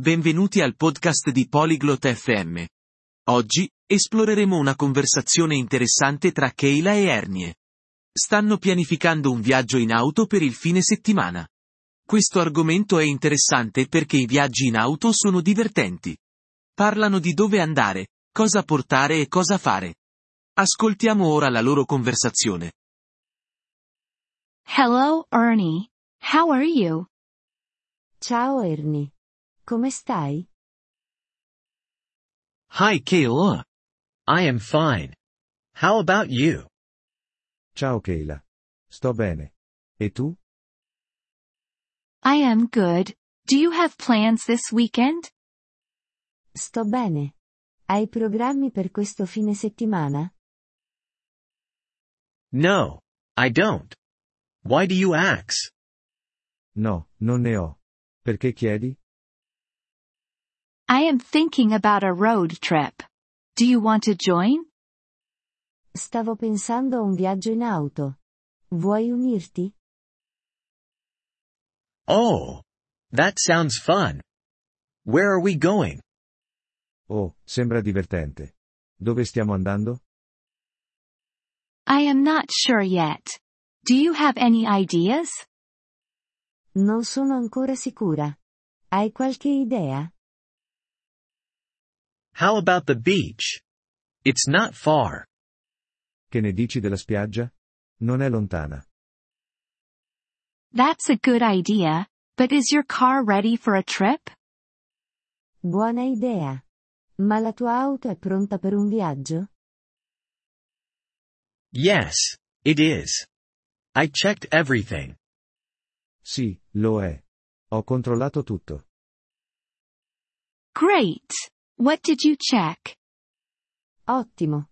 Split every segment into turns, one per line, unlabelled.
Benvenuti al podcast di Polyglot FM. Oggi, esploreremo una conversazione interessante tra Keila e Ernie. Stanno pianificando un viaggio in auto per il fine settimana. Questo argomento è interessante perché i viaggi in auto sono divertenti. Parlano di dove andare, cosa portare e cosa fare. Ascoltiamo ora la loro conversazione.
Hello, Ernie. How are you?
Ciao Ernie. Come stai?
Hi Kayla. I am fine. How about you?
Ciao Keila. Sto bene. E tu?
I am good. Do you have plans this weekend?
Sto bene. Hai programmi per questo fine settimana?
No, I don't. Why do you ask?
No, non ne ho. Perché chiedi?
I am thinking about a road trip. Do you want to join?
Stavo pensando a un viaggio in auto. Vuoi unirti?
Oh, that sounds fun. Where are we going?
Oh, sembra divertente. Dove stiamo andando?
I am not sure yet. Do you have any ideas?
Non sono ancora sicura. Hai qualche idea?
How about the beach? It's not far.
Che ne dici della spiaggia? Non è lontana.
That's a good idea, but is your car ready for a trip?
Buona idea. Ma la tua auto è pronta per un viaggio?
Yes, it is. I checked everything.
Sì, lo è. Ho controllato tutto.
Great. What did you check?
Ottimo.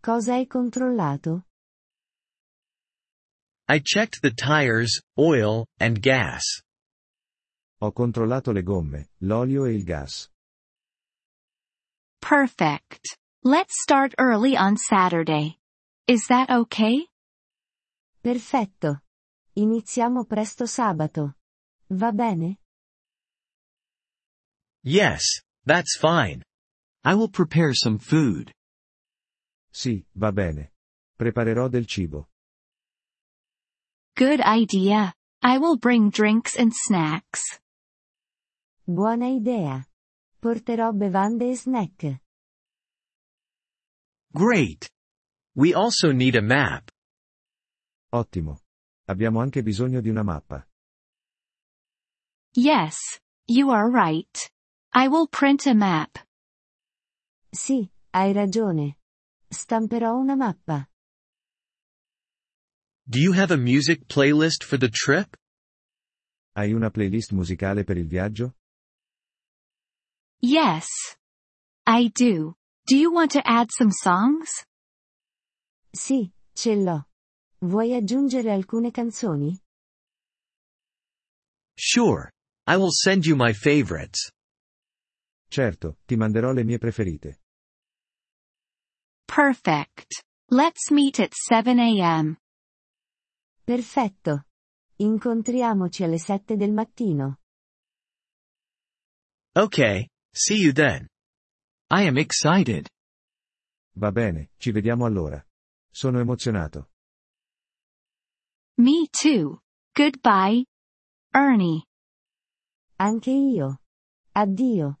Cosa hai controllato?
I checked the tires, oil, and gas.
Ho controllato le gomme, l'olio e il gas.
Perfect. Let's start early on Saturday. Is that okay?
Perfetto. Iniziamo presto sabato. Va bene?
Yes, that's fine. I will prepare some food.
Sì, va bene. Preparerò del cibo.
Good idea. I will bring drinks and snacks.
Buona idea. Porterò bevande e snack.
Great. We also need a map.
Ottimo. Abbiamo anche bisogno di una mappa.
Yes, you are right. I will print a map.
Sì, hai ragione. Stamperò una mappa.
Do you have a music playlist for the trip?
Hai una playlist musicale per il viaggio?
Yes. I do. Do you want to add some songs?
Sì, ce l'ho. Vuoi aggiungere alcune canzoni?
Sure. I will send you my favorites.
Certo, ti manderò le mie preferite.
Perfect. Let's meet at 7 a.m.
Perfetto. Incontriamoci alle 7 del mattino.
Okay, see you then. I am excited.
Va bene, ci vediamo allora. Sono emozionato.
Me too. Goodbye. Ernie.
Anche io. Addio,